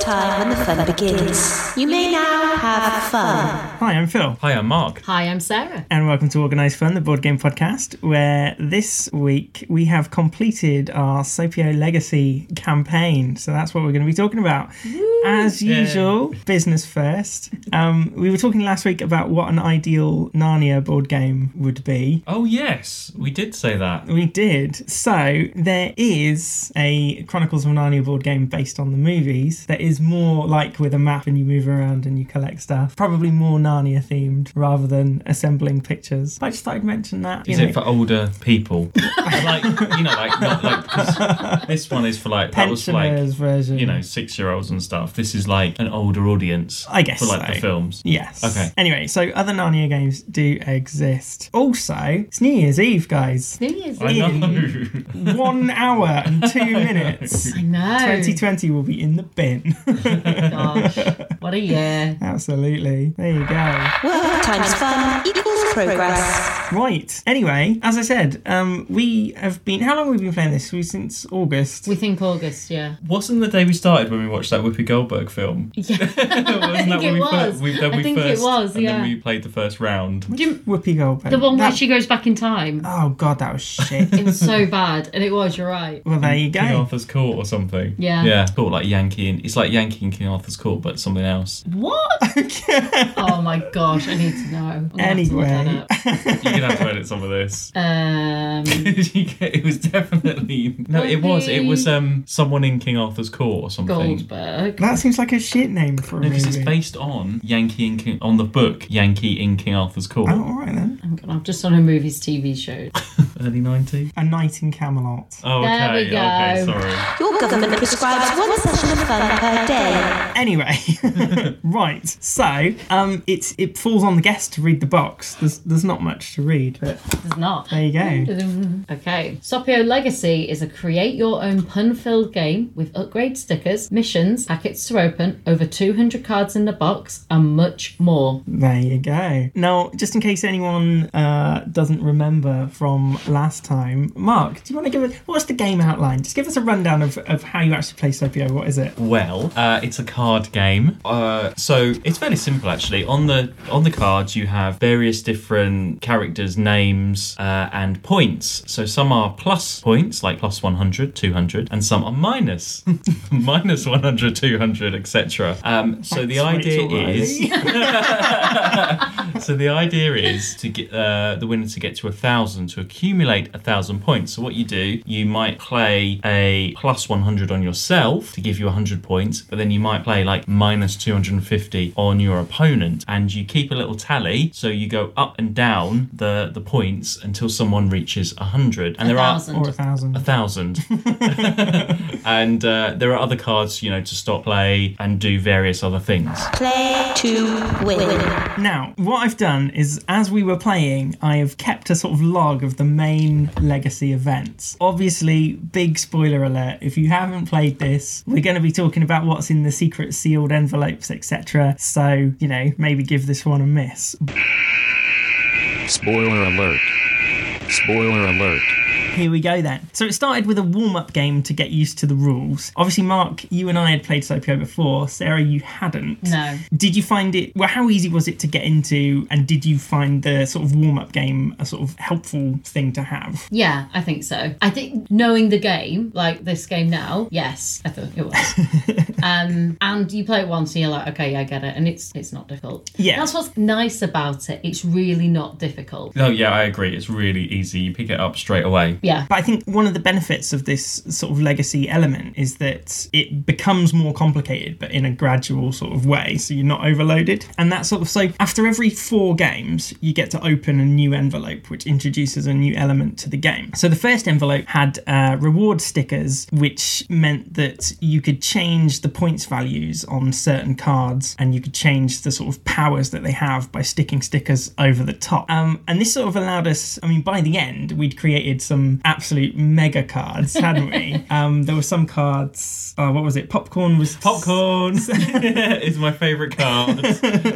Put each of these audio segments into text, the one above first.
time when the fun begins. You may now have fun. Hi, I'm Phil, Hi, I'm Mark. Hi, I'm Sarah. and welcome to Organise Fun, the board game podcast, where this week we have completed our Sopio Legacy campaign. So that's what we're going to be talking about. As usual, business first. Um, we were talking last week about what an ideal Narnia board game would be. Oh, yes, we did say that. We did. So there is a Chronicles of Narnia board game based on the movies that is more like with a map and you move around and you collect stuff. Probably more Narnia themed rather than assembling pictures. I just thought I'd mention that. you Is know. it for older people? like, you know, like, not like, 'cause this one is for like, that was for like, pensioners version? you know, six year olds and stuff. This is like an older audience. I guess For like so. the films. Yes. Okay. Anyway, so other Narnia games do exist. Also, it's New Year's Eve, guys. New Year's I Eve. know. One hour and two minutes. I know. Oh. 2020 will be in the bin. Gosh, what a year. Absolutely. There you go. Work times fun equals progress. Right. Anyway, as I said, um, we have been. How long have we been playing this? We since August. We think August, yeah. Wasn't the day we started when we watched that Whoopi Goldberg film? Yeah. Wasn't I that think when it we fir- was. we- then I we think it first, was, And yeah. then we played the first round. Do you- Whoopi Goldberg. the one That- where she goes back in time. Oh god, that was shit. It was so bad, and it was, you're right. well, there you King go. Arthur's Court or something. Yeah. Yeah. It's called like Yankee and it's like Yankee and King Arthur's Court, but something else. What? Okay. Oh my gosh, I need to know. I'm gonna have to look that anyway, up. You're gonna have to edit some of this. Um, it was definitely no. It was. It was um someone in King Arthur's court or something. Goldberg. that seems like a shit name for a No, because it's movie. based on Yankee in King, on the book Yankee in King Arthur's Court, Oh, all right then. I'm gonna, I'm just on a movies TV show. early nineties. A Night in Camelot. Oh, There okay, we go. okay, sorry. Your government prescribes one session of fun per day. Oh. Anyway, right. So, um, it's it falls on the guest to read the box. There's there's not much to read, but It's not. there you go. Okay. Sopio Legacy is a create your own pun filled game with upgrade stickers, missions, packets to open, over 200 cards in the box, and much more. There you go. Now, just in case anyone uh, doesn't remember from last time, Mark, do you want to give us what's the game outline? Just give us a rundown of, of how you actually play Sopio. What is it? Well, uh, it's a card game. Uh, so it's fairly simple actually. On the on the cards, you have various different characters' names uh, and points. So some are plus points, like plus 100, 200, and some are minus, minus 100, 200, etc. Um, so the Thanks, idea Rachel Riley. is. So the idea is to get uh, the winner to get to a thousand to accumulate a thousand points. So what you do, you might play a plus one hundred on yourself to give you hundred points, but then you might play like minus two hundred and fifty on your opponent, and you keep a little tally. So you go up and down the the points until someone reaches hundred, and there are or a thousand. a thousand. and uh, there are other cards, you know, to stop play and do various other things. Play to win. Now, what I've done is, as we were playing, I have kept a sort of log of the main legacy events. Obviously, big spoiler alert if you haven't played this, we're going to be talking about what's in the secret sealed envelopes, etc. So, you know, maybe give this one a miss. Spoiler alert. Spoiler alert. Here we go then. So it started with a warm-up game to get used to the rules. Obviously, Mark, you and I had played Sopio before. Sarah, you hadn't. No. Did you find it? Well, how easy was it to get into? And did you find the sort of warm-up game a sort of helpful thing to have? Yeah, I think so. I think knowing the game, like this game now, yes, I thought it was. um, and you play it once and you're like, okay, I get it. And it's it's not difficult. Yeah. That's what's nice about it. It's really not difficult. No, yeah, I agree. It's really easy. You pick it up straight away. Yeah. But I think one of the benefits of this sort of legacy element is that it becomes more complicated, but in a gradual sort of way. So you're not overloaded. And that sort of so after every four games, you get to open a new envelope, which introduces a new element to the game. So the first envelope had uh, reward stickers, which meant that you could change the points values on certain cards and you could change the sort of powers that they have by sticking stickers over the top. Um, and this sort of allowed us, I mean, by the end, we'd created some some absolute mega cards, hadn't we? um, there were some cards. Uh, what was it? Popcorn was Popcorn is my favourite card.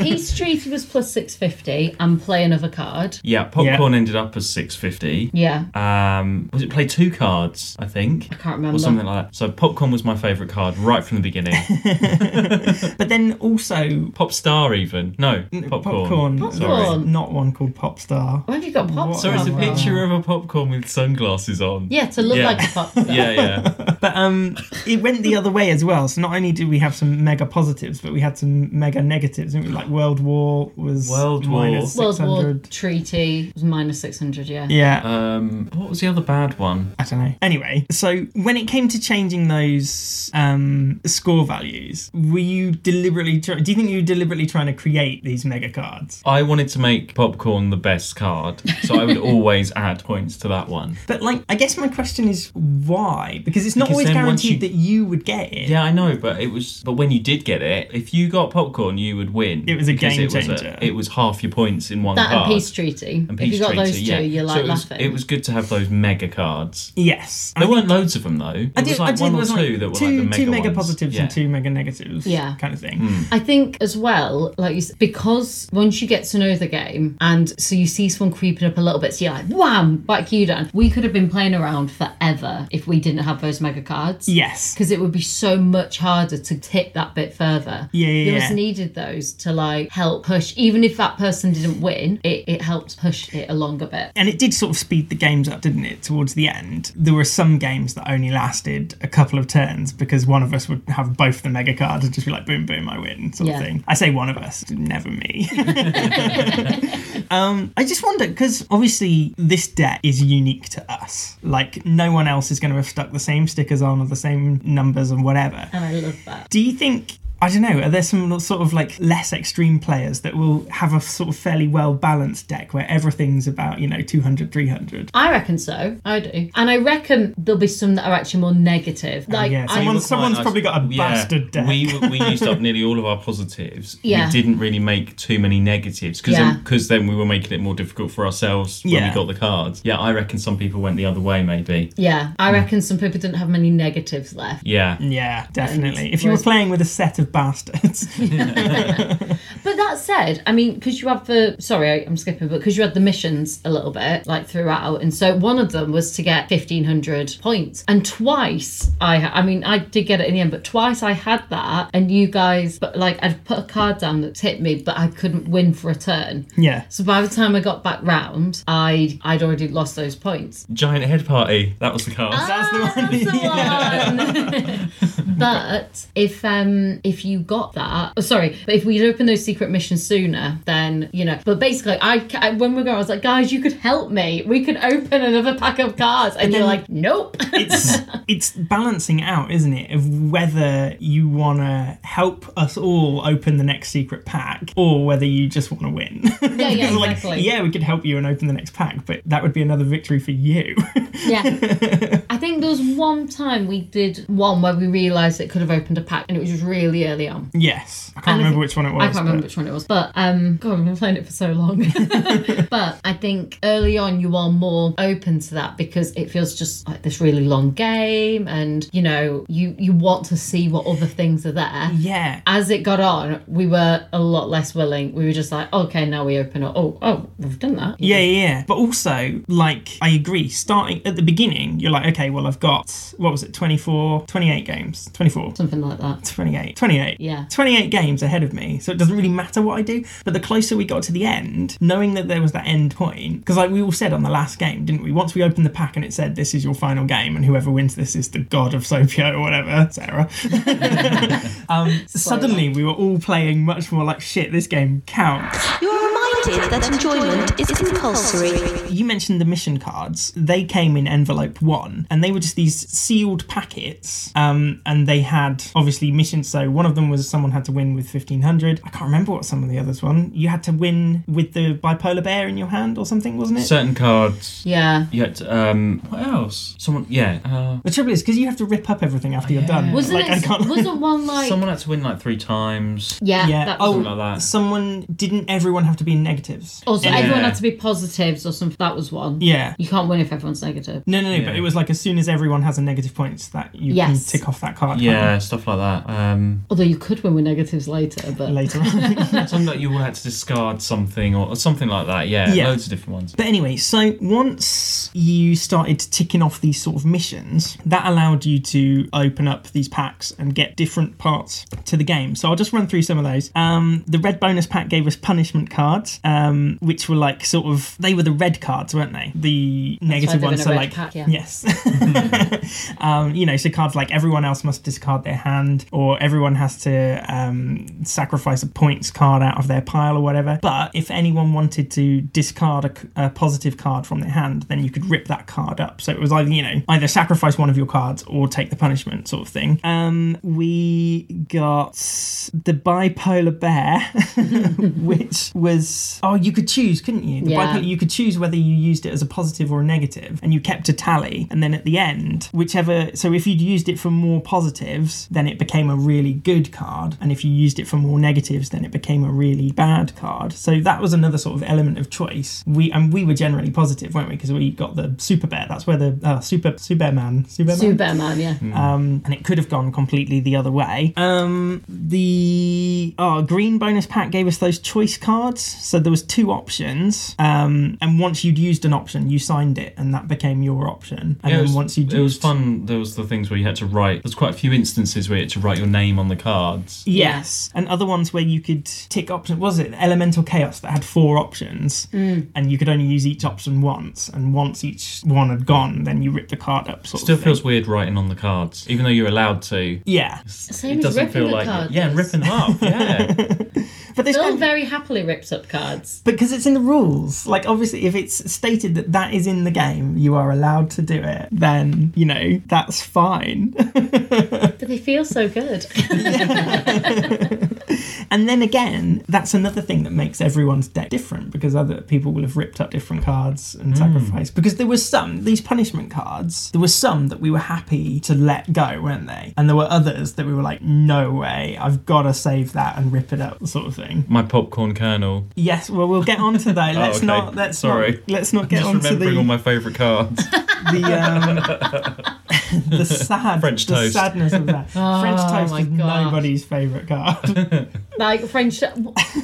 Peace Treaty was plus 650 and play another card. yeah, popcorn ended up as six fifty. Yeah. Um, was it play two cards? I think I can't remember. or something like that. So popcorn was my favourite card right from the beginning. But then also Popstar even no Mm, popcorn. popcorn. Popcorn. Not one called Popstar. Why have you got pops? So it's a on? picture of a popcorn with sunglasses on. Oh, Yeah, to look Yeah. like a pop. star. yeah, yeah. But um, it went the other way as well. So not only did we have some mega positives, but we had some mega negatives. didn't we? Like World War was World War. minus World War 600. Treaty was minus 600, yeah. Yeah, Um, what was the other bad one? I don't know. Anyway, so when it came to changing those um, score values, were you deliberately? Try- do you think you were deliberately trying to create these mega cards? I wanted to make popcorn the best card, so I would always add points to that one. But like, I guess my question is why? Because it's not Because always then once guaranteed you- that you would get it. Yeah, I know, but it was. But when you did get it, if you got popcorn, you would win. It was a because game it was changer. it was half your points in one That card. and Peace Treaty. And if Peace you got Treaty, those two, yeah. you're So like it was, laughing. It was good to have those mega cards. Yes. There weren't loads of them though. There I was do- I like do- one there or was, two like, that were two, like the mega two mega ones. positives Yeah. Hmm. and two mega negatives. Yeah. kind of thing. I think as well, like you s- because once you get to know the game, and so you see someone creeping up a little bit, so you're like, wham, back you down. We could have been playing around forever if we didn't have those mega cards. Yes. Because it would be so much harder to tip that bit further. Yeah, yeah, You just yeah. needed those to like help push. Even if that person didn't win, it, it helped push it along a bit. And it did sort of speed the games up, didn't it? Towards the end, there were some games that only lasted a couple of turns because one of us would have both the mega cards and just be like, boom, boom, I win, sort Yeah. of thing. I say one of us, never me. um, I just wonder because obviously this deck is unique to us. Like, no one else is going to have stuck the same stickers on or the same numbers and whatever. And I love that. Do you think? I don't know. Are there some sort of like less extreme players that will have a sort of fairly well balanced deck where everything's about, you know, 200, 300? I reckon so. I do. And I reckon there'll be some that are actually more negative. Like, Oh, yeah, I, someone- They were quite someone's probably got a Yeah. bastard deck. We, were- we used up nearly all of our positives. Yeah. We didn't really make too many negatives because Yeah. because then, we were making it more difficult for ourselves when Yeah. we got the cards. Yeah, I reckon some people went the other way maybe. yeah, I reckon some people didn't have many negatives left. Yeah. Yeah, definitely. If you were playing with a set of bastards, But that said, I mean, because you have the sorry, I- I'm skipping, but because you had the missions a little bit like throughout, and so one of them was to get 1500 points, and twice I, ha- I mean, I did get it in the end, but twice I had that, and you guys, but like I'd put a card down that's hit me, but I couldn't win for a turn. yeah. So by the time I got back round, I'd I'd already lost those points. Giant head party. That was the card. Ah, That's the one. That's the one. but if um if you got that, oh, sorry, but if we'd opened those secret missions sooner, then you know. But basically, I, ca- I when we were going, I was like, guys, you could help me. We could open another pack of cards, and you're then- like, nope. It's it's balancing out, isn't it, of whether you want to help us all open the next secret pack or whether you just want to win. yeah, Because, like, exactly. yeah, we could help you and open the next pack, but that would be another victory for you. yeah. I think there was one time we did one where we realised it could have opened a pack, and it was just really early on. Yes, I can't And I remember think- which one it was. I can't remember but- which one it was, but um, God, I've been playing it for so long. but I think early on you are more open to that because it feels just like this really long game, and you know you you want to see what other things are there. Yeah, As it got on, we were a lot less willing. We were just like, okay, now we open up. Oh, oh, we've done that. yeah, yeah, yeah. But also, like, I agree. Starting at the beginning, you're like, okay, well, I've got what was it, 24, 28 games, 24. something like that. 28 28 Yeah. 28 games ahead of me so it doesn't really matter what i do but the closer we got to the end knowing that there was that end point because like we all said on the last game didn't we once we opened the pack and it said this is your final game and whoever wins this is the god of sopio or whatever sarah um, suddenly we were all playing much more like shit this game counts You are reminded that enjoyment is compulsory. you mentioned the mission cards. They came in envelope one, and they were just these sealed packets. Um, and they had obviously missions. So one of them was someone had to win with fifteen hundred. I can't remember what some of the others one. You had to win with the bipolar bear in your hand or something, wasn't it? Certain cards. Yeah. You had to, um what else? Someone yeah. Uh, the trouble is because you have to rip up everything after you're done. Wasn't Like, I it? can't- Wasn't one like? someone had to win like three times. yeah. yeah. That was Oh, Something like that. someone didn't. Everyone have to be in negatives. Also, Yeah. everyone had to be positives or something. That was one. Yeah. You can't win if everyone's negative. No, no, no. Yeah. But it was like as soon as everyone has a negative points, that you Yes. can tick off that card. Yeah, stuff like that. Um, Although you could win with negatives later, but can't you, Later on. something like you all had to discard something or, or something like that. Yeah, Yeah. loads of different ones. But anyway, so once you started ticking off these sort of missions, that allowed you to open up these packs and get different parts to the game. So I'll just run through some of those. Um, the red bonus pack gave us punishment cards, um, which were like sort of they were the red cards, weren't they? The negative they're in ones. a So red like pack, yeah. yes, um, you know, so cards like everyone else must discard their hand, or everyone has to um, sacrifice a points card out of their pile or whatever. But if anyone wanted to discard a, c- a positive card from their hand, then you could rip that card up. So it was either you know either sacrifice one of your cards or take the punishment sort of thing. Um, we got the bipolar bear, which was oh you could choose, couldn't you? The Yeah. bipolar, you could choose whether you used it as a positive or a negative, and you kept a tally. And then at the end, whichever so if you'd used it for more positives, then it became a really good card, and if you used it for more negatives, then it became a really bad card. So that was another sort of element of choice. We and we were generally positive, weren't we? Because we got the super bear. That's where the uh, super superman superman Superman, yeah. Mm. um, and it could have gone completely the other way. Um, the oh, green bonus pack gave us those choice cards, so there was two options, um, and once you'd used an option, you signed it, and that became your option. And Yeah, then it was, once you'd it was used- fun. There was the things where you had to write. There's quite a few instances where you had to write your name on the cards. Yes, and other ones where you could tick option. Was it Elemental Chaos that had four options, and you could only use each option once? And once each one had gone, then you ripped the card up. Sort Still of thing. feels weird writing on the cards, even though you're allowed to. yeah, Same as ripping the cards. Yeah, ripping them up. Yeah. but this Bill game- very happily rips up cards. because it's in the rules like obviously if it's stated that that is in the game you are allowed to do it then you know that's fine But they feel so good. and then again that's another thing that makes everyone's deck different because other people will have ripped up different cards and Hmm. sacrificed because there was some these punishment cards there were some that we were happy to let go weren't they and there were others that we were like no way i've got to save that and rip it up sort of thing My popcorn kernel. yes well we'll get on to that let's Oh, okay. not let's Sorry. not, let's not get Just on to remembering the all my favourite cards. the um, the sad French the toast. sadness of that. French toast Oh my is God. nobody's favourite card. like French.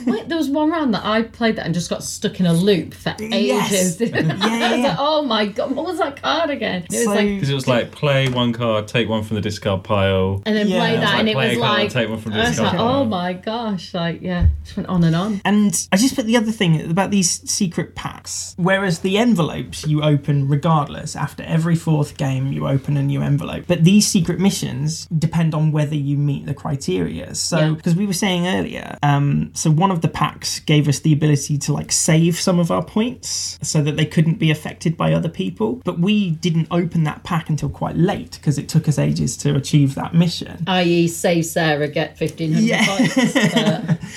Wait, there was one round that I played that and just got stuck in a loop for Yes. ages. I was yeah. like, oh my god, what was that card again? And it was So- like, Because it was like play one card, take one from the discard pile. and then Yeah. play It was that, like, and it play was a card, like, take one from the I was discard like, pile. oh my gosh, like yeah, just went on and on. And I just put the other thing about these secret packs. Whereas the envelopes you open regardless, after every fourth game you open a new envelope. But these secret missions depend on whether you meet the criteria. So Yeah. because we were saying earlier, um, so one of the packs gave us the ability to like save some of our points so that they couldn't be affected by other people. But we didn't open that pack until quite late because it took us ages to achieve that mission. I.e., E save Sarah, get fifteen hundred Yeah. points.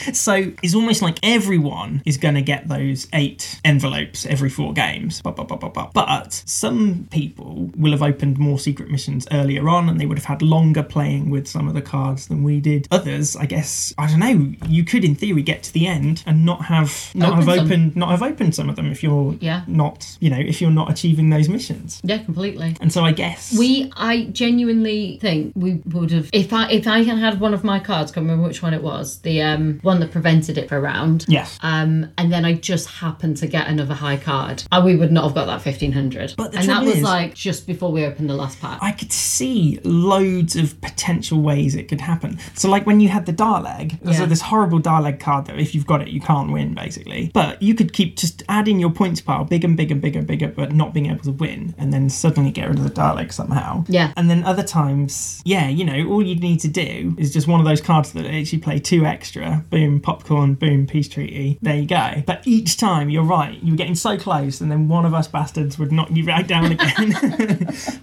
But So it's almost like everyone is going to get those eight envelopes every four games. Ba, ba, ba, ba, ba. But some people will have opened more secret missions earlier on and they would have had longer playing with some of the cards than we did. Others, I guess, I don't know, you could in theory get to the end and not have not Open have some. opened not have opened some of them if you're Yeah. not, you know, if you're not achieving those missions. yeah, completely. And so I guess We, I genuinely think we would have. If I, if I had had one of my cards, can't remember which one it was, the um one that prevented it for a round. Yes. Um, and then I just happened to get another high card. I, we would not have got that fifteen hundred. But the and that trouble was is- like just before we opened the last pack. I could see loads of potential ways it could happen. So, like when you had the Darleg, there's Yeah. this horrible Darleg card that if you've got it, you can't win, basically. But you could keep just adding your points pile bigger and bigger and bigger and bigger, but not being able to win, and then suddenly get rid of the Dalek somehow. Yeah. And then other times, yeah, you know, all you'd need to do is just one of those cards that actually play two extra boom, popcorn, boom, peace treaty. There you go. But each time, you're right, you were getting so close, and then one of us bastards would knock you right down again.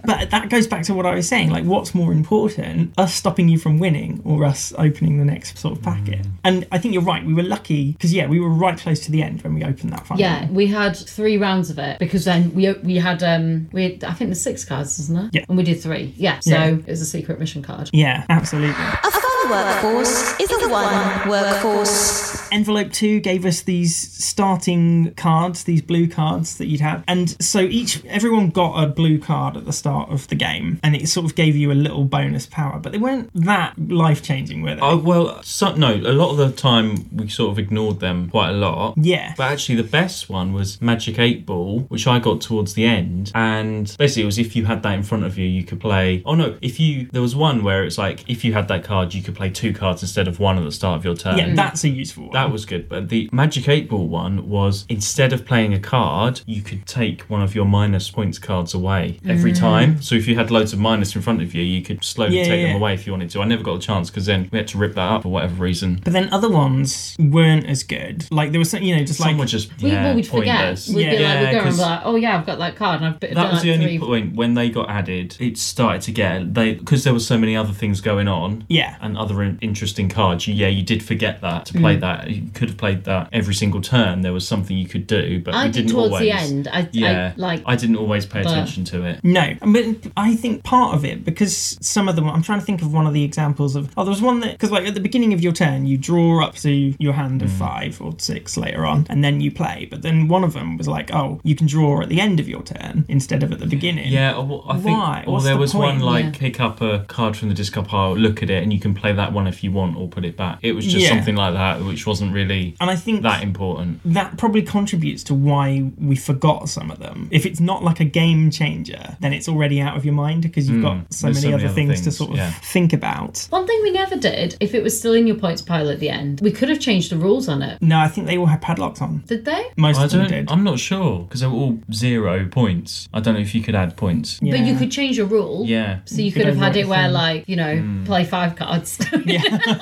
But that goes back to what I was saying. Like, what's more important, us stopping you from winning or us opening the next sort of packet? Mm. And I think you're right. We were lucky because yeah, we were right close to the end when we opened that final. Yeah, we had three rounds of it because then we we had um we had, I think there's six cards, isn't there? Yeah. And we did three. Yeah. So Yeah. it was a secret mission card. Yeah, absolutely. A fun One workforce is a one workforce. Envelope 2 gave us these starting cards, these blue cards that you'd have. And so each everyone got a blue card at the start of the game and it sort of gave you a little bonus power, but they weren't that life-changing, were they? Oh well, so, no. A lot of the time we sort of ignored them quite a lot. Yeah. But actually, the best one was Magic Eight Ball, which I got towards the end, and basically it was if you had that in front of you, you could play. Oh no, if you there was one where it's like if you had that card, you could play two cards instead of one at the start of your turn. yeah, that's a useful one. Mm. That was good, but the Magic 8 Ball one was instead of playing a card, you could take one of your minus points cards away Mm. every time. So if you had loads of minus in front of you, you could slowly Yeah, take yeah. them away if you wanted to. I never got a chance because then we had to rip that up for whatever reason. but then other ones weren't as good. Like there was some, you know, just Some like were just We, yeah, well, we'd forget. pointless. We'd be Yeah, like, we'd go and 'cause- be like, oh yeah, I've got that card, and I've been that was like the only three. point when they got added. It started to get they because there were so many other things going on. Yeah. and other in- interesting cards. You, yeah, you did forget that to play that. You could have played that every single turn. There was something you could do, but I we did didn't towards always. the end. I, Yeah, I like. I didn't always pay but- attention to it. No, but I think part of it because some of them. I'm trying to think of one of the examples of. Oh, there was one that because like at the beginning of your turn, you draw up to your hand Mm. of five or six later on, and then you play. But then one of them was like, oh, you can draw at the end of your turn instead of at the beginning. Yeah, or, I think. Why? Or What's there the was point? one like Yeah. pick up a card from the discard pile, look at it, and you can play that one if you want, or put it back. It was just Yeah. something like that, which wasn't really and I think that important. that probably contributes to why we forgot some of them. If it's not like a game changer, then it's already out of your mind because you've got so many, Mm. there's so many other other things, to things, sort of yeah. think about. One thing we never did, if it was still in your points pile at the end, we could have changed the rules on it. No, I think they all had padlocks on. Did they? Most I of them don't. did. I'm not sure because they were all zero points. I don't know if you could add points. yeah. But you could change a rule. Yeah. So you could have had overwrite it where, things. like, you know, Hmm. play five cards.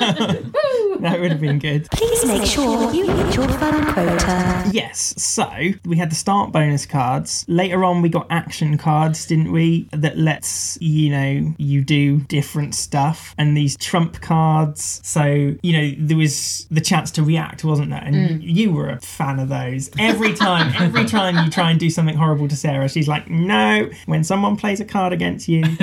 that would have been good. Please make sure you hit your fun quota. Yes, so we had the start bonus cards. Later on, we got action cards, didn't we? That lets you know you do different stuff, and these trump cards. So you know there was the chance to react, wasn't there? And you were a fan of those. Every time, every time you try and do something horrible to Sarah, she's like, "No." When someone plays a card against you, send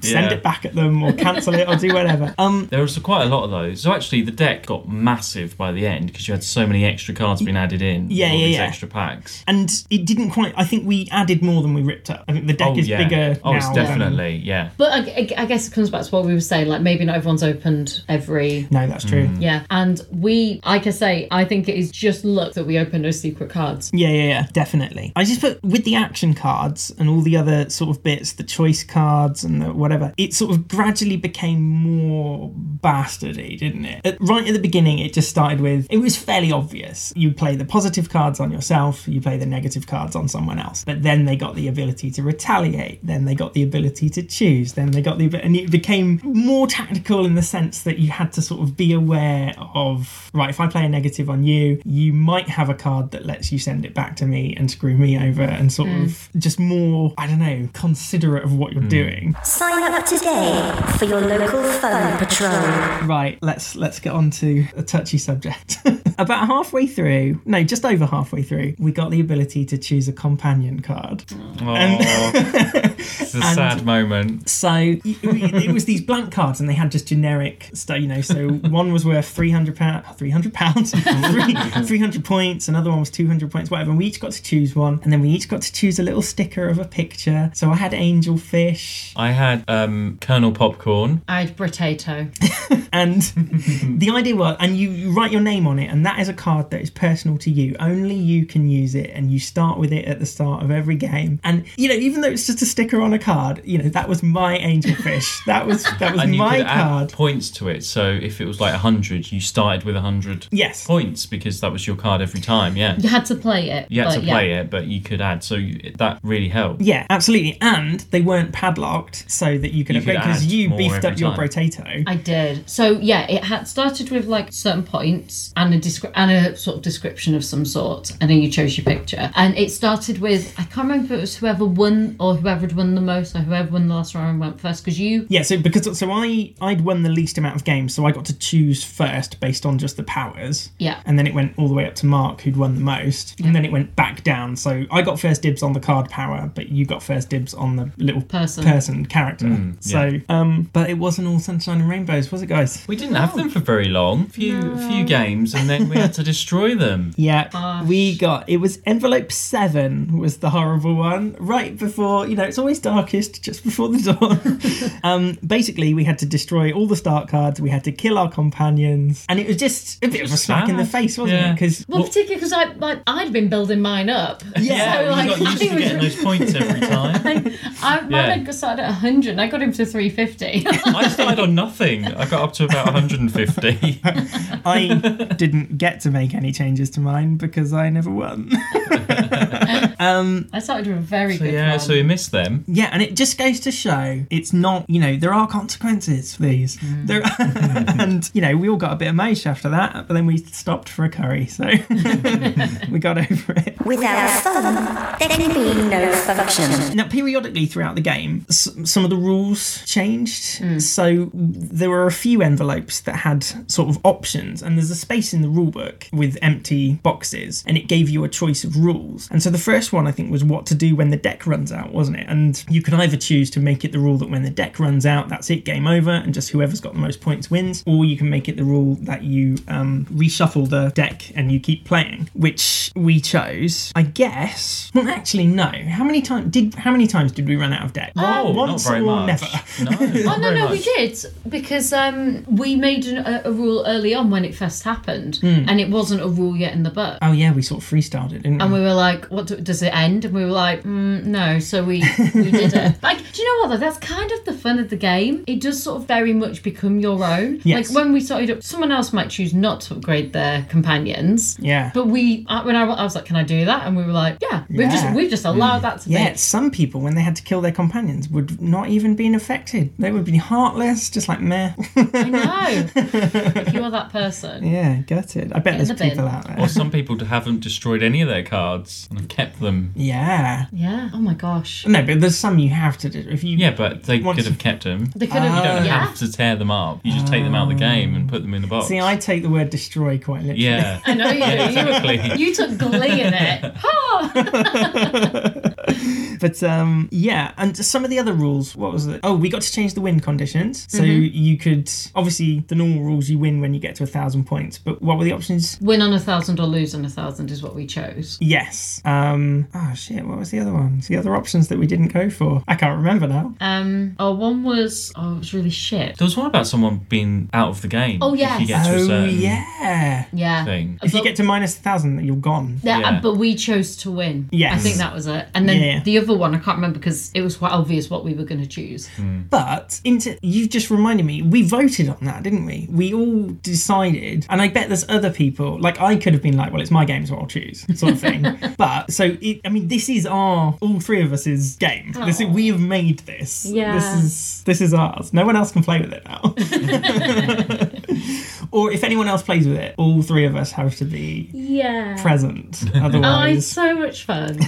Yeah. it back at them or cancel it or do whatever. Um, There was quite a lot of those. So actually, the deck got massive by the end because you had so many extra cards being added in. with Yeah, all yeah, these yeah. Extra packs. and it didn't quite. I think we added more than we ripped up. I think the deck oh is yeah. bigger oh, now. it's than- definitely yeah. but I, I- I guess it comes back to what we were saying, like, maybe not everyone's opened every. No, that's true. Mm. Yeah. And we, like I say, I think it is just luck that we opened those secret cards. Yeah, yeah, yeah, definitely. I just put with the action cards and all the other sort of bits, the choice cards and the whatever, it sort of gradually became more bastardy, didn't it? At, right at the beginning, it just started with it was fairly obvious. You play the positive cards on yourself, you play the negative cards on someone else. But then they got the ability to retaliate, then they got the ability to choose, then they got the and it became more tactical in the sense that you had to sort of be aware of right, if I play a negative on you, you might have a card that lets you send it back to me and screw me over and sort of just more, I don't know, considerate of what you're doing. Sign up today for your local fun patrol. Right, let's let's get on to a touchy subject. About halfway through, no, just over halfway through, we got the ability to choose a companion card. Oh, it's a sad moment. So y- it was these blank cards, and they had just generic stuff, you know. So one was worth three hundred pounds, three hundred pounds, three hundred points. Another one was two hundred points, whatever. And we each got to choose one, and then we each got to choose a little sticker of a picture. So I had angelfish, I had um, Colonel Popcorn. I had potato. and the idea was, and you, you write your name on it, and that is a card that is personal to you. Only you can use it, and you start with it at the start of every game. And you know, even though it's just a sticker on a card, you know that was my angelfish. that was that was And you my could card. add points to it. So if it was like 100, you started with 100 Yes. points because that was your card every time. Yeah. You had to play it. You had but to play it, but you could add. So you- that really helped. Yeah, absolutely. And they weren't padlocked so that you could You could upgrade because add you more beefed every up your time. potato. I did. So yeah, it had started with like certain points and a descri- and a sort of description of some sort, and then you chose your picture. And it started with I can't remember if it was whoever won or whoever had won the most or whoever won the last round went first because you Yeah, so because so I I'd won the least amount of games, so I got to choose first based on just the powers. Yeah. And then it went all the way up to Mark, who'd won the most, and then it went back down. So I got first dibs on the card power, but you got first dibs on the little Person. character. Mm, So, um, but it wasn't all sunshine and rainbows, was it, guys? We didn't have them for very long. Few a few games, and then we had to destroy them. Yeah, we got it was envelope seven was the horrible one right before you know it's always darkest just before the dawn. um, basically, we had to destroy all the start cards. We had to kill our companions, and it was just a bit of a smack in the sad. face, wasn't Yeah. it? Because well, particularly because I like I'd been building mine up. Yeah, so, you like, got used to I was getting those points every time. I, I mine Yeah. had started at 100 and I got him to 350. I started on nothing. I got up to about 150. I didn't get to make any changes to mine because I never won. I started with a very So good yeah, one. so we missed them. yeah, and it just goes to show it's not you know there are consequences for these. There, and you know we all got a bit amazed after that, but then we stopped for a curry, so we got over it. Without fun, there can be no function. Now, periodically throughout the game, s- some of the rules changed. So there were a few envelopes that had sort of options, and there's a space in the rule book with empty boxes, and it gave you a choice of rules. And so the first one, I think, was what to do when the deck runs out, wasn't it? And you could either choose to make it the rule that when the deck runs out, that's it, game over, and just whoever's got the most points wins, or you can make it the rule that you um, reshuffle the deck and you keep playing, which we chose. I guess. Well, actually, no. How many times did? How many times did we run out of deck? Oh, Once not very or much. never. No, Oh not no very no much. we did because um, we made an, a, a rule early on when it first happened Hmm. and it wasn't a rule yet in the book Oh yeah, we sort of freestyled it, didn't we? and we were like what do, does it end and we were like mm, no so we we did it like do you know what though that's kind of the fun of the game it does sort of very much become your own Yes. like when we started up someone else might choose not to upgrade their companions yeah. but we I- when I, I was like can I do that and we were like yeah we've Yeah. just we've just allowed that to yeah, be some people when they had to kill their companions would not even been affected. They would be heartless, just like meh. I know if you are that person yeah, gutted. I bet in there's the bin. people out there. Or some people haven't destroyed any of their cards and have kept them. Yeah. yeah oh my gosh No, but there's some you have to do. If you Yeah, but they Once- could have kept them. they could have You don't Uh, yeah Uh, have to tear them up. You just take them out of the game and put them in the box. see, I take the word destroy quite literally. yeah. I know you do. exactly. You, you took glee in it. Ha! But um, yeah, and some of the other rules. What was it? Oh, we got to change the win conditions. So you could obviously the normal rules you win when you get to a thousand points. But what were the options? Win on a thousand or lose on a thousand is what we chose. Yes. Um. Oh shit. What was the other ones? The other options that we didn't go for. I can't remember now. Um, oh, one was oh, it was really shit. There was one about someone being out of the game. Oh, if you yes. get to a oh certain yeah. Yeah. Thing. If you But- get to minus a thousand, you're gone. Yeah, Yeah. but we chose to win. Yes. I think that was it. And then Yeah. the other one, I can't remember because it was quite obvious what we were going to choose. Hmm. But into you just reminded me we voted on that, didn't we? We all decided, and I bet there's other people. Like I could have been like, well, it's my game, so I'll choose, sort of thing. but so it, I mean, this is our all three of us's game. This is, we have made this. Yeah. This is this is ours. No one else can play with it now. or if anyone else plays with it, all three of us have to be Yeah. present. Oh, it's Otherwise. so much fun.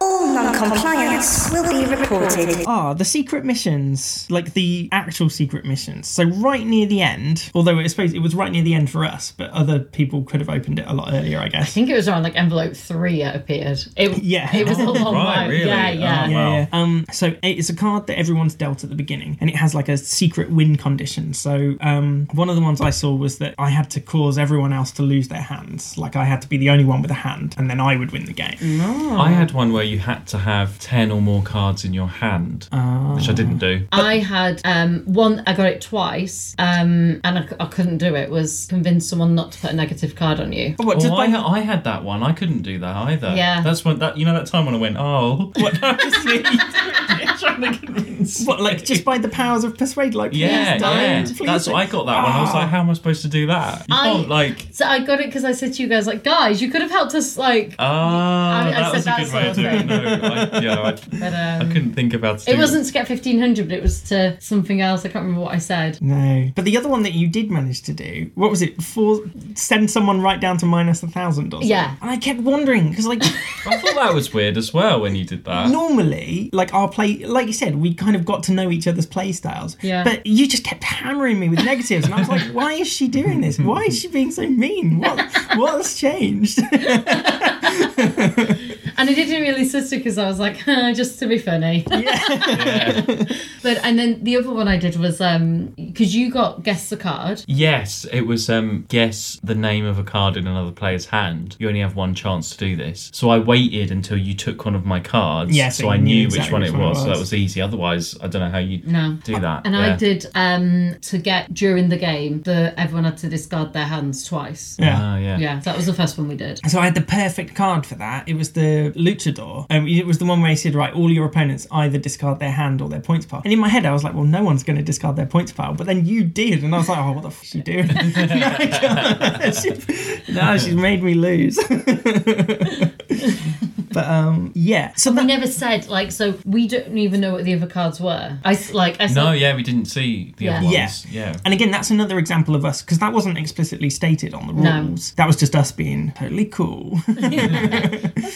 All non-compliance will be reported. Ah, the secret missions, like the actual secret missions. So right near the end, although I suppose it was right near the end for us, but other people could have opened it a lot earlier, I I guess. think it was around like envelope three it appeared. It, Yeah. It was a long Right, way. really? Yeah, yeah. Oh, wow. Yeah, yeah. Um, so it's a card that everyone's dealt at the beginning, and it has like a secret win condition. So um, one of the ones I saw was that I had to cause everyone else to lose their hands. Like I had to be the only one with a hand, and then I would win the game. Mm. Oh, I had one where you had to have 10 or more cards in your hand, which I didn't do. I had um, one. I got it twice, um, and I, c- I couldn't do it. Was convince someone not to put a negative card on you. What, just Oh, I, by- ha- I had that one. I couldn't do that either. Yeah. That's when that you know that time when I went, oh, what happens to me? Trying to convince What, like just by the powers of persuade? Like, Yeah, please yeah. don't, please That's don't. I got that one. I was Ah. like, how am I supposed to do that? You I- can't, like. So I got it because I said to you guys, like, guys, you could have helped us, like, Ah, I- I that said was a that good way of doing it. sort No, I, yeah, I, but I um, couldn't think about it wasn't to get fifteen hundred, but it was to something else. I can't remember what I said. No. But the other one that you did manage to do, what was it? For send someone right down to minus a thousand or something. Yeah. And I kept wondering because like I thought that was weird as well when you did that. normally, like our play, like you said, we kind of got to know each other's play styles. Yeah. But you just kept hammering me with negatives, and I was like, why is she doing this? Why is she being so mean? What what's changed? And I didn't really sister because I was like, "Huh, just to be funny. but and then the other one I did was um because you got guess the card. Yes, it was um guess the name of a card in another player's hand. You only have one chance to do this. So I waited until you took one of my cards Yeah, so, I knew exactly which one it was. So that was. was easy. Otherwise, I don't know how you No. do that. And Yeah. I did um to get during the game the everyone had to discard their hands twice. yeah. Ah, yeah. Yeah, that was the first one we did. So I had the perfect card for that. It was the Luchador. Um, it was the one where he said, right, all your opponents either discard their hand or their points pile. And in my head, I was like, well, no one's going to discard their points pile. But then you did, and I was like, oh, what the f*** is she doing? no, I can't. No, she's made me lose. but um, yeah. So We that, never said like so. We don't even know what the other cards were. I s- like I said, No, yeah, we didn't see the other Yeah. ones. Yeah. And again, that's another example of us because that wasn't explicitly stated on the No. rules. That was just us being totally cool. I'm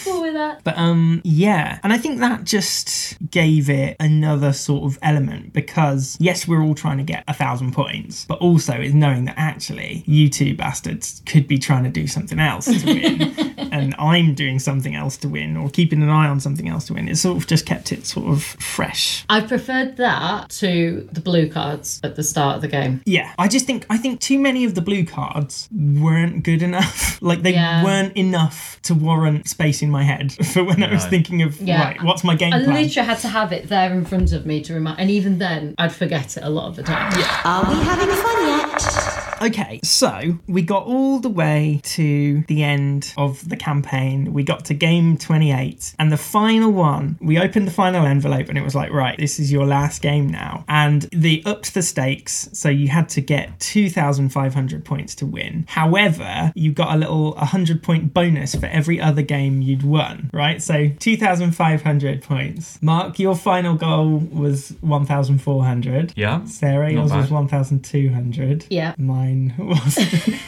cool with that. But um yeah, and I think that just gave it another sort of element because yes, we're all trying to get a thousand points, but also is knowing that actually you two bastards could be trying to do something else to win, and I'm doing something else to win, or keeping an eye on something else to win. It sort of just kept it sort of fresh. I preferred that to the blue cards at the start of the game. Yeah, I just think I think too many of the blue cards weren't good enough. Like they Yeah. weren't enough to warrant space in my head for when I was No. thinking of Yeah. right, what's my game I plan? literally had to have it there in front of me to remind, and even then, I'd forget it a lot of the time. Are we having fun yet? Okay, so we got all the way to the end of the campaign. We got to game 28, and the final one, we opened the final envelope, and it was like, right, this is your last game now. And they upped the stakes, so you had to get 2,500 points to win. However, you got a little 100 point bonus for every other game you'd won, right? So 2,500 points. Mark, your final goal was 1,400. Yeah. Sarah, yours bad. was 1,200. Yeah. Mine was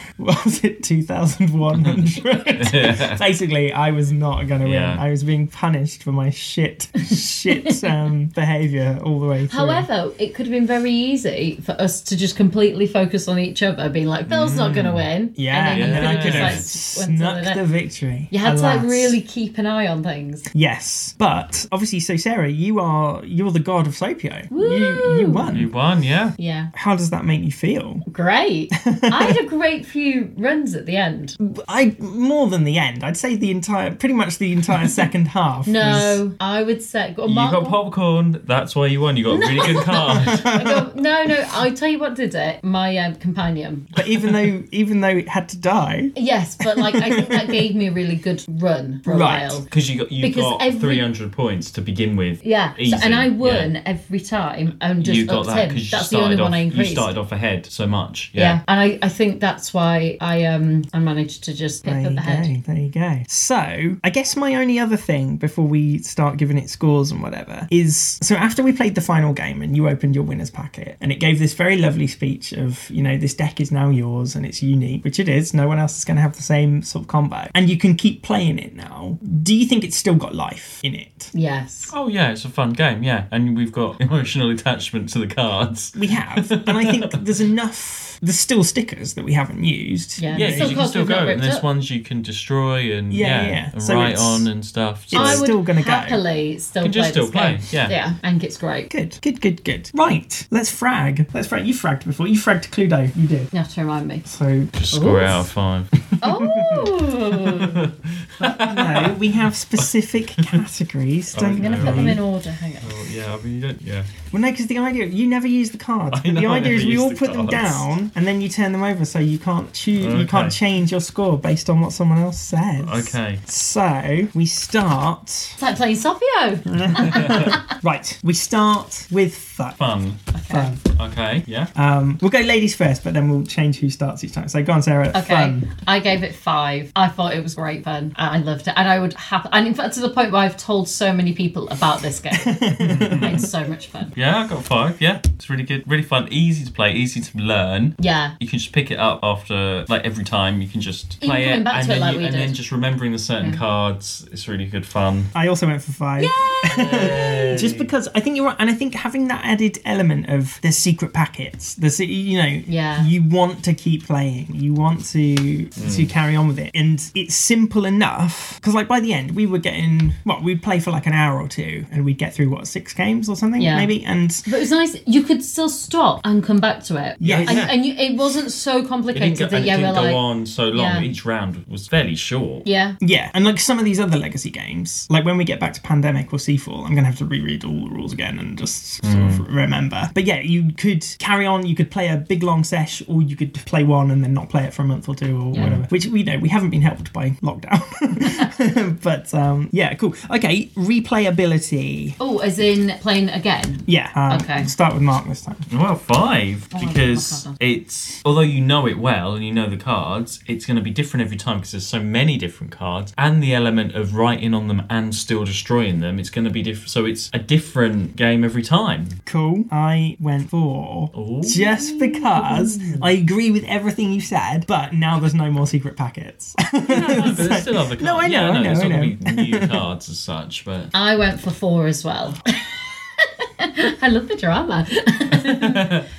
was it 2,100. Basically, I was not gonna Yeah. win. I was being punished for my shit shit um, behavior all the way through. However, it could have been very easy for us to just completely focus on each other, being like, "Bill's not going to win." Mm. yeah, and then, yeah, you I could could yeah. have have just like went to snuck the the next. victory. You had to like Alas. really keep an eye on things. Yes, but obviously, so Sarah, you are you're the god of Sopio. You you won. You won, yeah. Yeah, How does that make you feel? great. I had a great few runs at the end. I more than the end. I'd say the entire, pretty much the entire second half. was- No, I would say. Well, You Mark- got popcorn. That's why you won. You got a really good card. I go, no, no. I'll tell you what did it. My um, companion. but even though even though it had to die, Yes, but like I think that gave me a really good run for a Right. while. Because you got you Because got every- 300 points to begin with. Yeah, so, Easy, and I yeah. won every time and just you got upped that him. because you That's the only started off. one I you increased. started off ahead so much. yeah. Yeah. and I, I think that's why I um I managed to just get There up you ahead. go. There you go. So, I guess my only other thing before we start giving it scores and whatever is so after we played the final game and you opened your winner's packet and it gave this very lovely speech of, you know, this deck is now yours and it's unique, which it is. No one else is going to have the same sort of combo. And you can keep playing it now. Do you think it's still got life in it? Yes. Oh yeah, it's a fun game. Yeah, and we've got emotional attachment to the cards. We have. and I think there's enough, there's still stickers that we haven't used. Yeah. Yeah, 'cause It's you still can cards still we've not go, and ripped there's up. ones you can destroy and Yeah, yeah, yeah. and So write it's- on and stuff. So I It's would still gonna go. happily still Can play just still this play, game. yeah. yeah, I think it's great. Good, good, good, good. Right, let's frag. Let's frag. You fragged before. You fragged Cluedo. You did. You have to remind me. So just score it out of five. Oh, No, we have specific categories. Don't Oh, I'm gonna put them in order. Hang on. yeah, Oh, Yeah, I mean, you don't. Yeah. Well, no, because the idea you never use the cards. I know, the I idea never is we use all the put them cards. down and then you turn them over, so you can't choose. You can't Okay. change your score based on what someone else says. Okay. So we start It's like playing Savio. right. We start with fuck. Fun. Fun. Okay. Yeah. Um, we'll go ladies first, but then we'll change who starts each time. So go on, Sarah. Okay, Fun. I gave it five. I thought it was great fun. I loved it, and I would have. And in fact, to the point where I've told so many people about this game, it's so much fun. yeah, I got five. Yeah, it's really good, really fun, easy to play, easy to learn. Yeah, You can just pick it up after, like every time. You can just You can play come it, back and, to it then, like you- we and then did. just remembering the certain cards. It's really good fun. I also went for five. Just because I think you're right, and I think having that added element of the secret packets, the se- you know, Yeah. you want to keep playing, you want to to carry on with it, and it's simple enough because like by the end we were getting what we'd play for like an hour or two, and we'd get through what six games or something Yeah. maybe, and but it was nice. You could still stop and come back to it. Yes. and, and you, it wasn't so It didn't complicated go, that and it yeah, we're didn't go like, on so long. Yeah. Each round was fairly short. yeah, Yeah, and like some of these other legacy games, like when we get back to Pandemic or Seafall, I'm gonna have to reread all the rules again and just sort Mm. of remember. But yeah, you could carry on. You could play a big long sesh, or you could play one and then not play it for a month or two or whatever. Which we know we haven't been helped by lockdown. but um, yeah, cool. Okay, replayability. Oh, as in playing again? Yeah. Um, Okay. we'll start with Mark this time. Well, five Oh, I love because Macarthur. it's although you know it well and you know the cards, it's going to be different every time because there's so many different cards and the element of writing on them and still destroying them. It's going to be different, so it's a different game every time. Cool. I went for Ooh. just because I agree with everything you said, but now there's no more secret packets. But there's still other cards. No, I know, yeah, I know, it's I not going know. Um, to be new cards as such, but I went for four as well. I love the drama.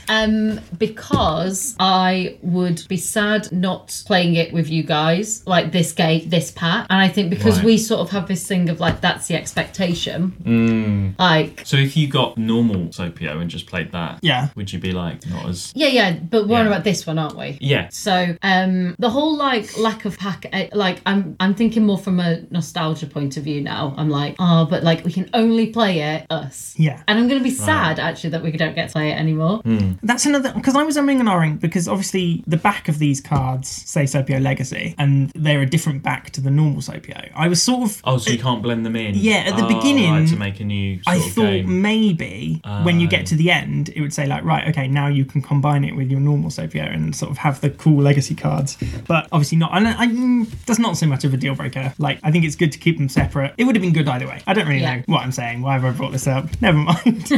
um, because I would be sad not playing it with you guys, like this game, this pack. And I think because Right. we sort of have this thing of like, that's the expectation. Mm. Like, so if you got normal Sopio and just played that, Yeah. would you be like not as yeah, yeah, but we're on Yeah. about this one, aren't we? yeah? So um the whole like lack of pack eh, like I'm I'm thinking more from a nostalgia point of view now. I'm like, oh, but like we can only play it us. Yeah. And I'm gonna be sad actually that we don't get to play it anymore. That's another because I was umming and ahhing because obviously the back of these cards say Sopio Legacy and they're a different back to the normal Sopio. I was sort of Oh, so you can't blend them in. Uh, Yeah, at the Oh, right, beginning, to make a new. I Sort of thought game. Ah. maybe when you get to the end it would say like right okay now you can combine it with your normal Sopio and sort of have the cool legacy cards, but obviously not. And I, I, mm, that's not so much of a deal breaker. Like I think it's good to keep them separate. It would have been good either way. I don't really Yeah. know what I'm saying. Why have I brought this up? Never mind.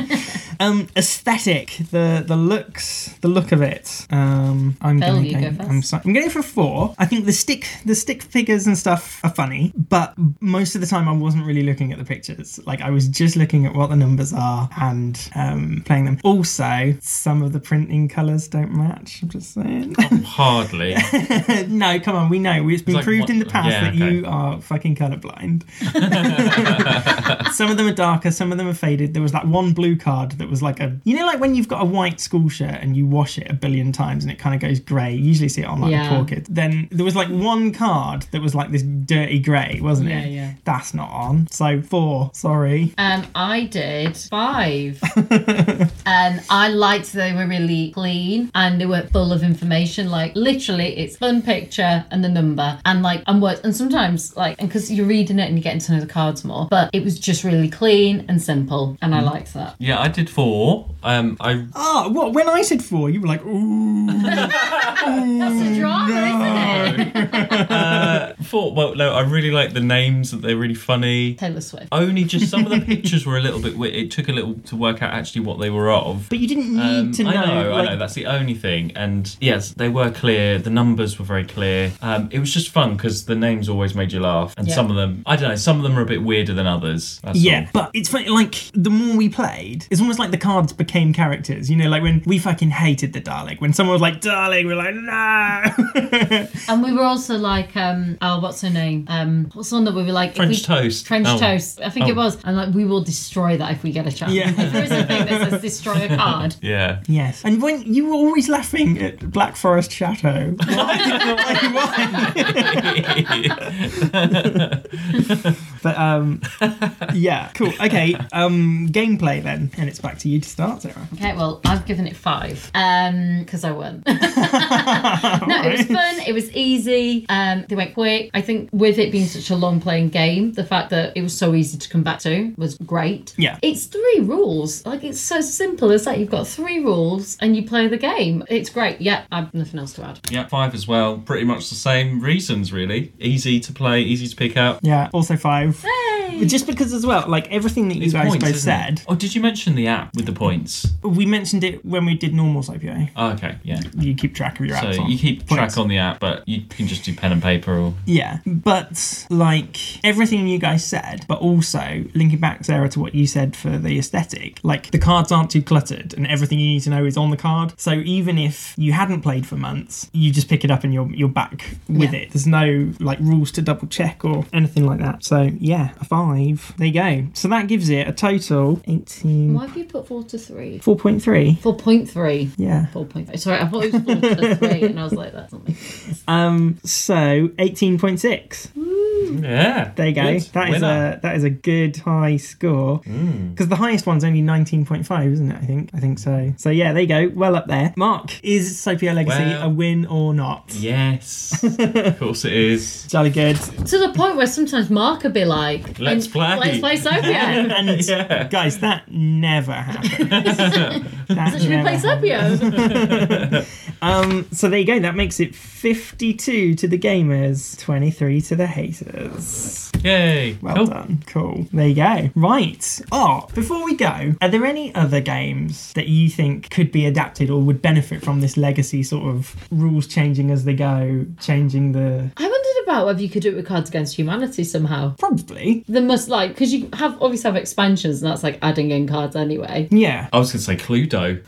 um, aesthetic, the the looks, the look of it. Um, I'm Bill, gonna you go I'm first. so- I'm going for four. I think the stick the stick figures and stuff are funny, but most of the time I wasn't really looking at the pictures. Like I was just looking at what the numbers are and um, playing them. Also, some of the printing colours don't match. I'm just saying. hardly. no, come on, we know. It's been like proved what- in the past yeah, that you are fucking colourblind. some of them are darker, some of them are faded. There was that one blue card that was like a, you know, like when you've got a white school shirt and you wash it a billion times and it kind of goes grey. You usually see it on like Yeah. the poor kids. Then there was like one card that was like this dirty grey, wasn't Yeah, it? yeah. That's not on. So four, sorry. Um, I did five. um, I liked that they were really clean and they were full of information. Like literally, it's fun picture and the number and like and words. And sometimes like and because you're reading it and you're getting to know the cards more. But it was just really clean and simple, and I liked that. Yeah, I did four. Um, I Ah, what? When I said four, you were like, ooh. That's a drama, isn't it? thought, Uh, well, no, I really like the names. That they're really funny. Taylor Swift. Only just some of the pictures were a little bit. weird. It took a little to work out actually what they were of. But you didn't need Um, to know. I know, like- I know. That's the only thing. And yes, they were clear. The numbers were very clear. Um, it was just fun because the names always made you laugh, and Yeah. some of them, I don't know, some of them are a bit weirder than others. That's Yeah, all. but it's funny, like, the more we played, it's almost like the cards became characters. You know, like when we fucking hated the Dalek, when someone was like, Dalek, we're like, no. And we were also like, um, oh, what's her name? Um, what's the one that we were like if French we- toast. French Oh. toast. I think it was. And like, we will destroy that if we get a chance. Yeah. If there is a thing that says destroy a card. Yeah. yes. And when you were always laughing at Black Forest Chateau. Why? Why? But um, yeah, cool. Okay, um, gameplay then, and it's back to you to start, Sarah. Okay, well, I've given it five um because I won. no, it was fun. It was easy. Um, they went quick. I think with it being such a long playing game, the fact that it was so easy to come back to was great. Yeah. it's three rules. Like it's so simple. It's like you've got three rules and you play the game. It's great. Yeah, I've nothing else to add. Yeah, five as well. Pretty much the same reasons, really. Easy to play, easy to pick up. Yeah, also five. Hey! But just because as well, like everything that you It's guys points, both isn't it? said, Mm-hmm. Oh, did you mention the app with the points? we mentioned it when we did normals IPA. Oh, okay, yeah. You keep track of your apps. So on you keep points. track on the app, but you can just do pen and paper or Yeah, but like everything you guys said, but also linking back, Sarah, to what you said for the aesthetic, like the cards aren't too cluttered and everything you need to know is on the card. So even if you hadn't played for months, you just pick it up and you're, you're back with Yeah. it. There's no like rules to double check or anything like that. So yeah, a five. There you go. So that gives it a total 18. Why have you put four to three? 4.3. Four point three. Yeah. Four point three. Sorry, I thought it was four to three, and I was like, that's not me. Um. So 18.6. yeah. There you go. Good. That is Winner. Mm. a that is a good high score because the highest one's only nineteen point five, isn't it? I think I think so. So yeah, there you go. Well up there. Mark, is Sopia Legacy Well- Mm. a win or not? Yes, of course it is. Jolly good. to the point where sometimes Mark would be like, Let's play. let's play Sophia. And Yeah. guys, that never happened. That Should we never play happened. Sophia? So there you go. That makes it fifty-two to the gamers, twenty-three to the haters. Yay! Well Cool. done. Cool. There you go. Right. Oh, before we go, are there any other games that you think could be adapted or would benefit from this legacy sort of rules changing as they go, changing the. I wondered about whether you could do it with Cards Against Humanity somehow. Probably. The must like because you have obviously have expansions and that's like adding in cards anyway. Yeah. I was gonna say Cluedo.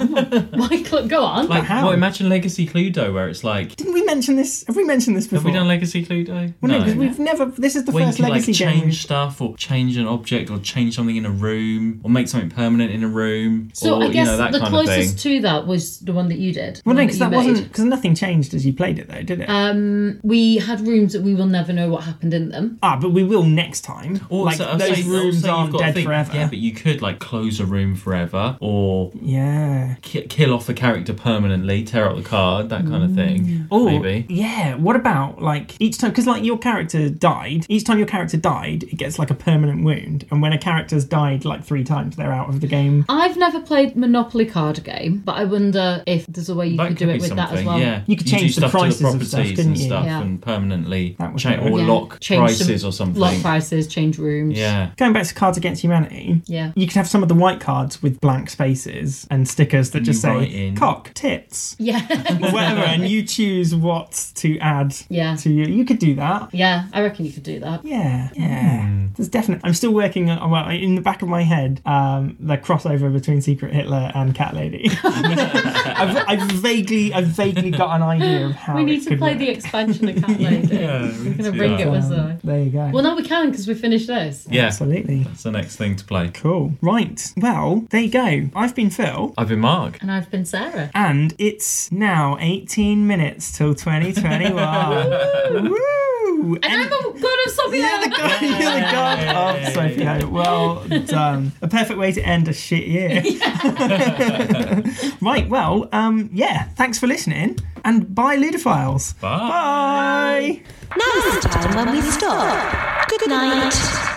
Michael, go on. Like, how? well, imagine Legacy Cluedo, where it's like, Didn't we mention this? Have we mentioned this have before? we done Legacy Cluedo? Well, no, 'cause we've never. This is the Where you first can like legacy change game. stuff or change an object or change something in a room or make something permanent in a room. so or, I guess you know, that the kind of closest thing. to that was the one that you did. Well, no, the one because you that made. wasn't. Because nothing changed as you played it, though, did it? Um, we had rooms that we will never know what happened in them. ah, but we will next time. Or like, so I'll those say- I'll say rooms you've aren't got to dead think, forever. Yeah, but you could like close a room forever or yeah. ki- kill off a character permanently, tear out the card, that Mm. kind of thing. Or, maybe. Yeah. What about like each time? Because like your character died. Each time your character died, it gets like a permanent wound. And when a character's died like three times, they're out of the game. I've never played Monopoly card game, but I wonder if there's a way you That could could do be it with that as something, well. Yeah, You could do change the stuff to prices of stuff, properties couldn't and you? stuff, Yeah. and permanently That was cha- good. or Yeah. lock Change some- prices or something. Lock prices, change rooms. Yeah, Going back to Cards Against Humanity. Yeah. You could have some of the white cards with blank spaces and stickers that And just you write say in- cock, tits, Yeah. or whatever, and you choose what to add Yeah. to you. You could do that. yeah, I reckon you could do that. Yeah, yeah. There's definite. I'm still working on. Well, in the back of my head, um, the crossover between Secret Hitler and Cat Lady. I've, I've vaguely, I've vaguely got an idea of how We need it to could play work. the expansion of Cat Lady. yeah. We're going to bring it with us. There you go. Well, now we can because we finished this. Yeah, Absolutely. that's the next thing to play. Cool. Right. Well, there you go. I've been Phil. I've been Mark. And I've been Sarah. And it's now 18 minutes till 2021. Woo! And I'm a god of something. You're the god, you're the god of Sophia. Well done. A perfect way to end a shit year. right, well, um, yeah, thanks for listening and bye Ludophiles. Bye. Bye. Now's the time when we stop. Good night.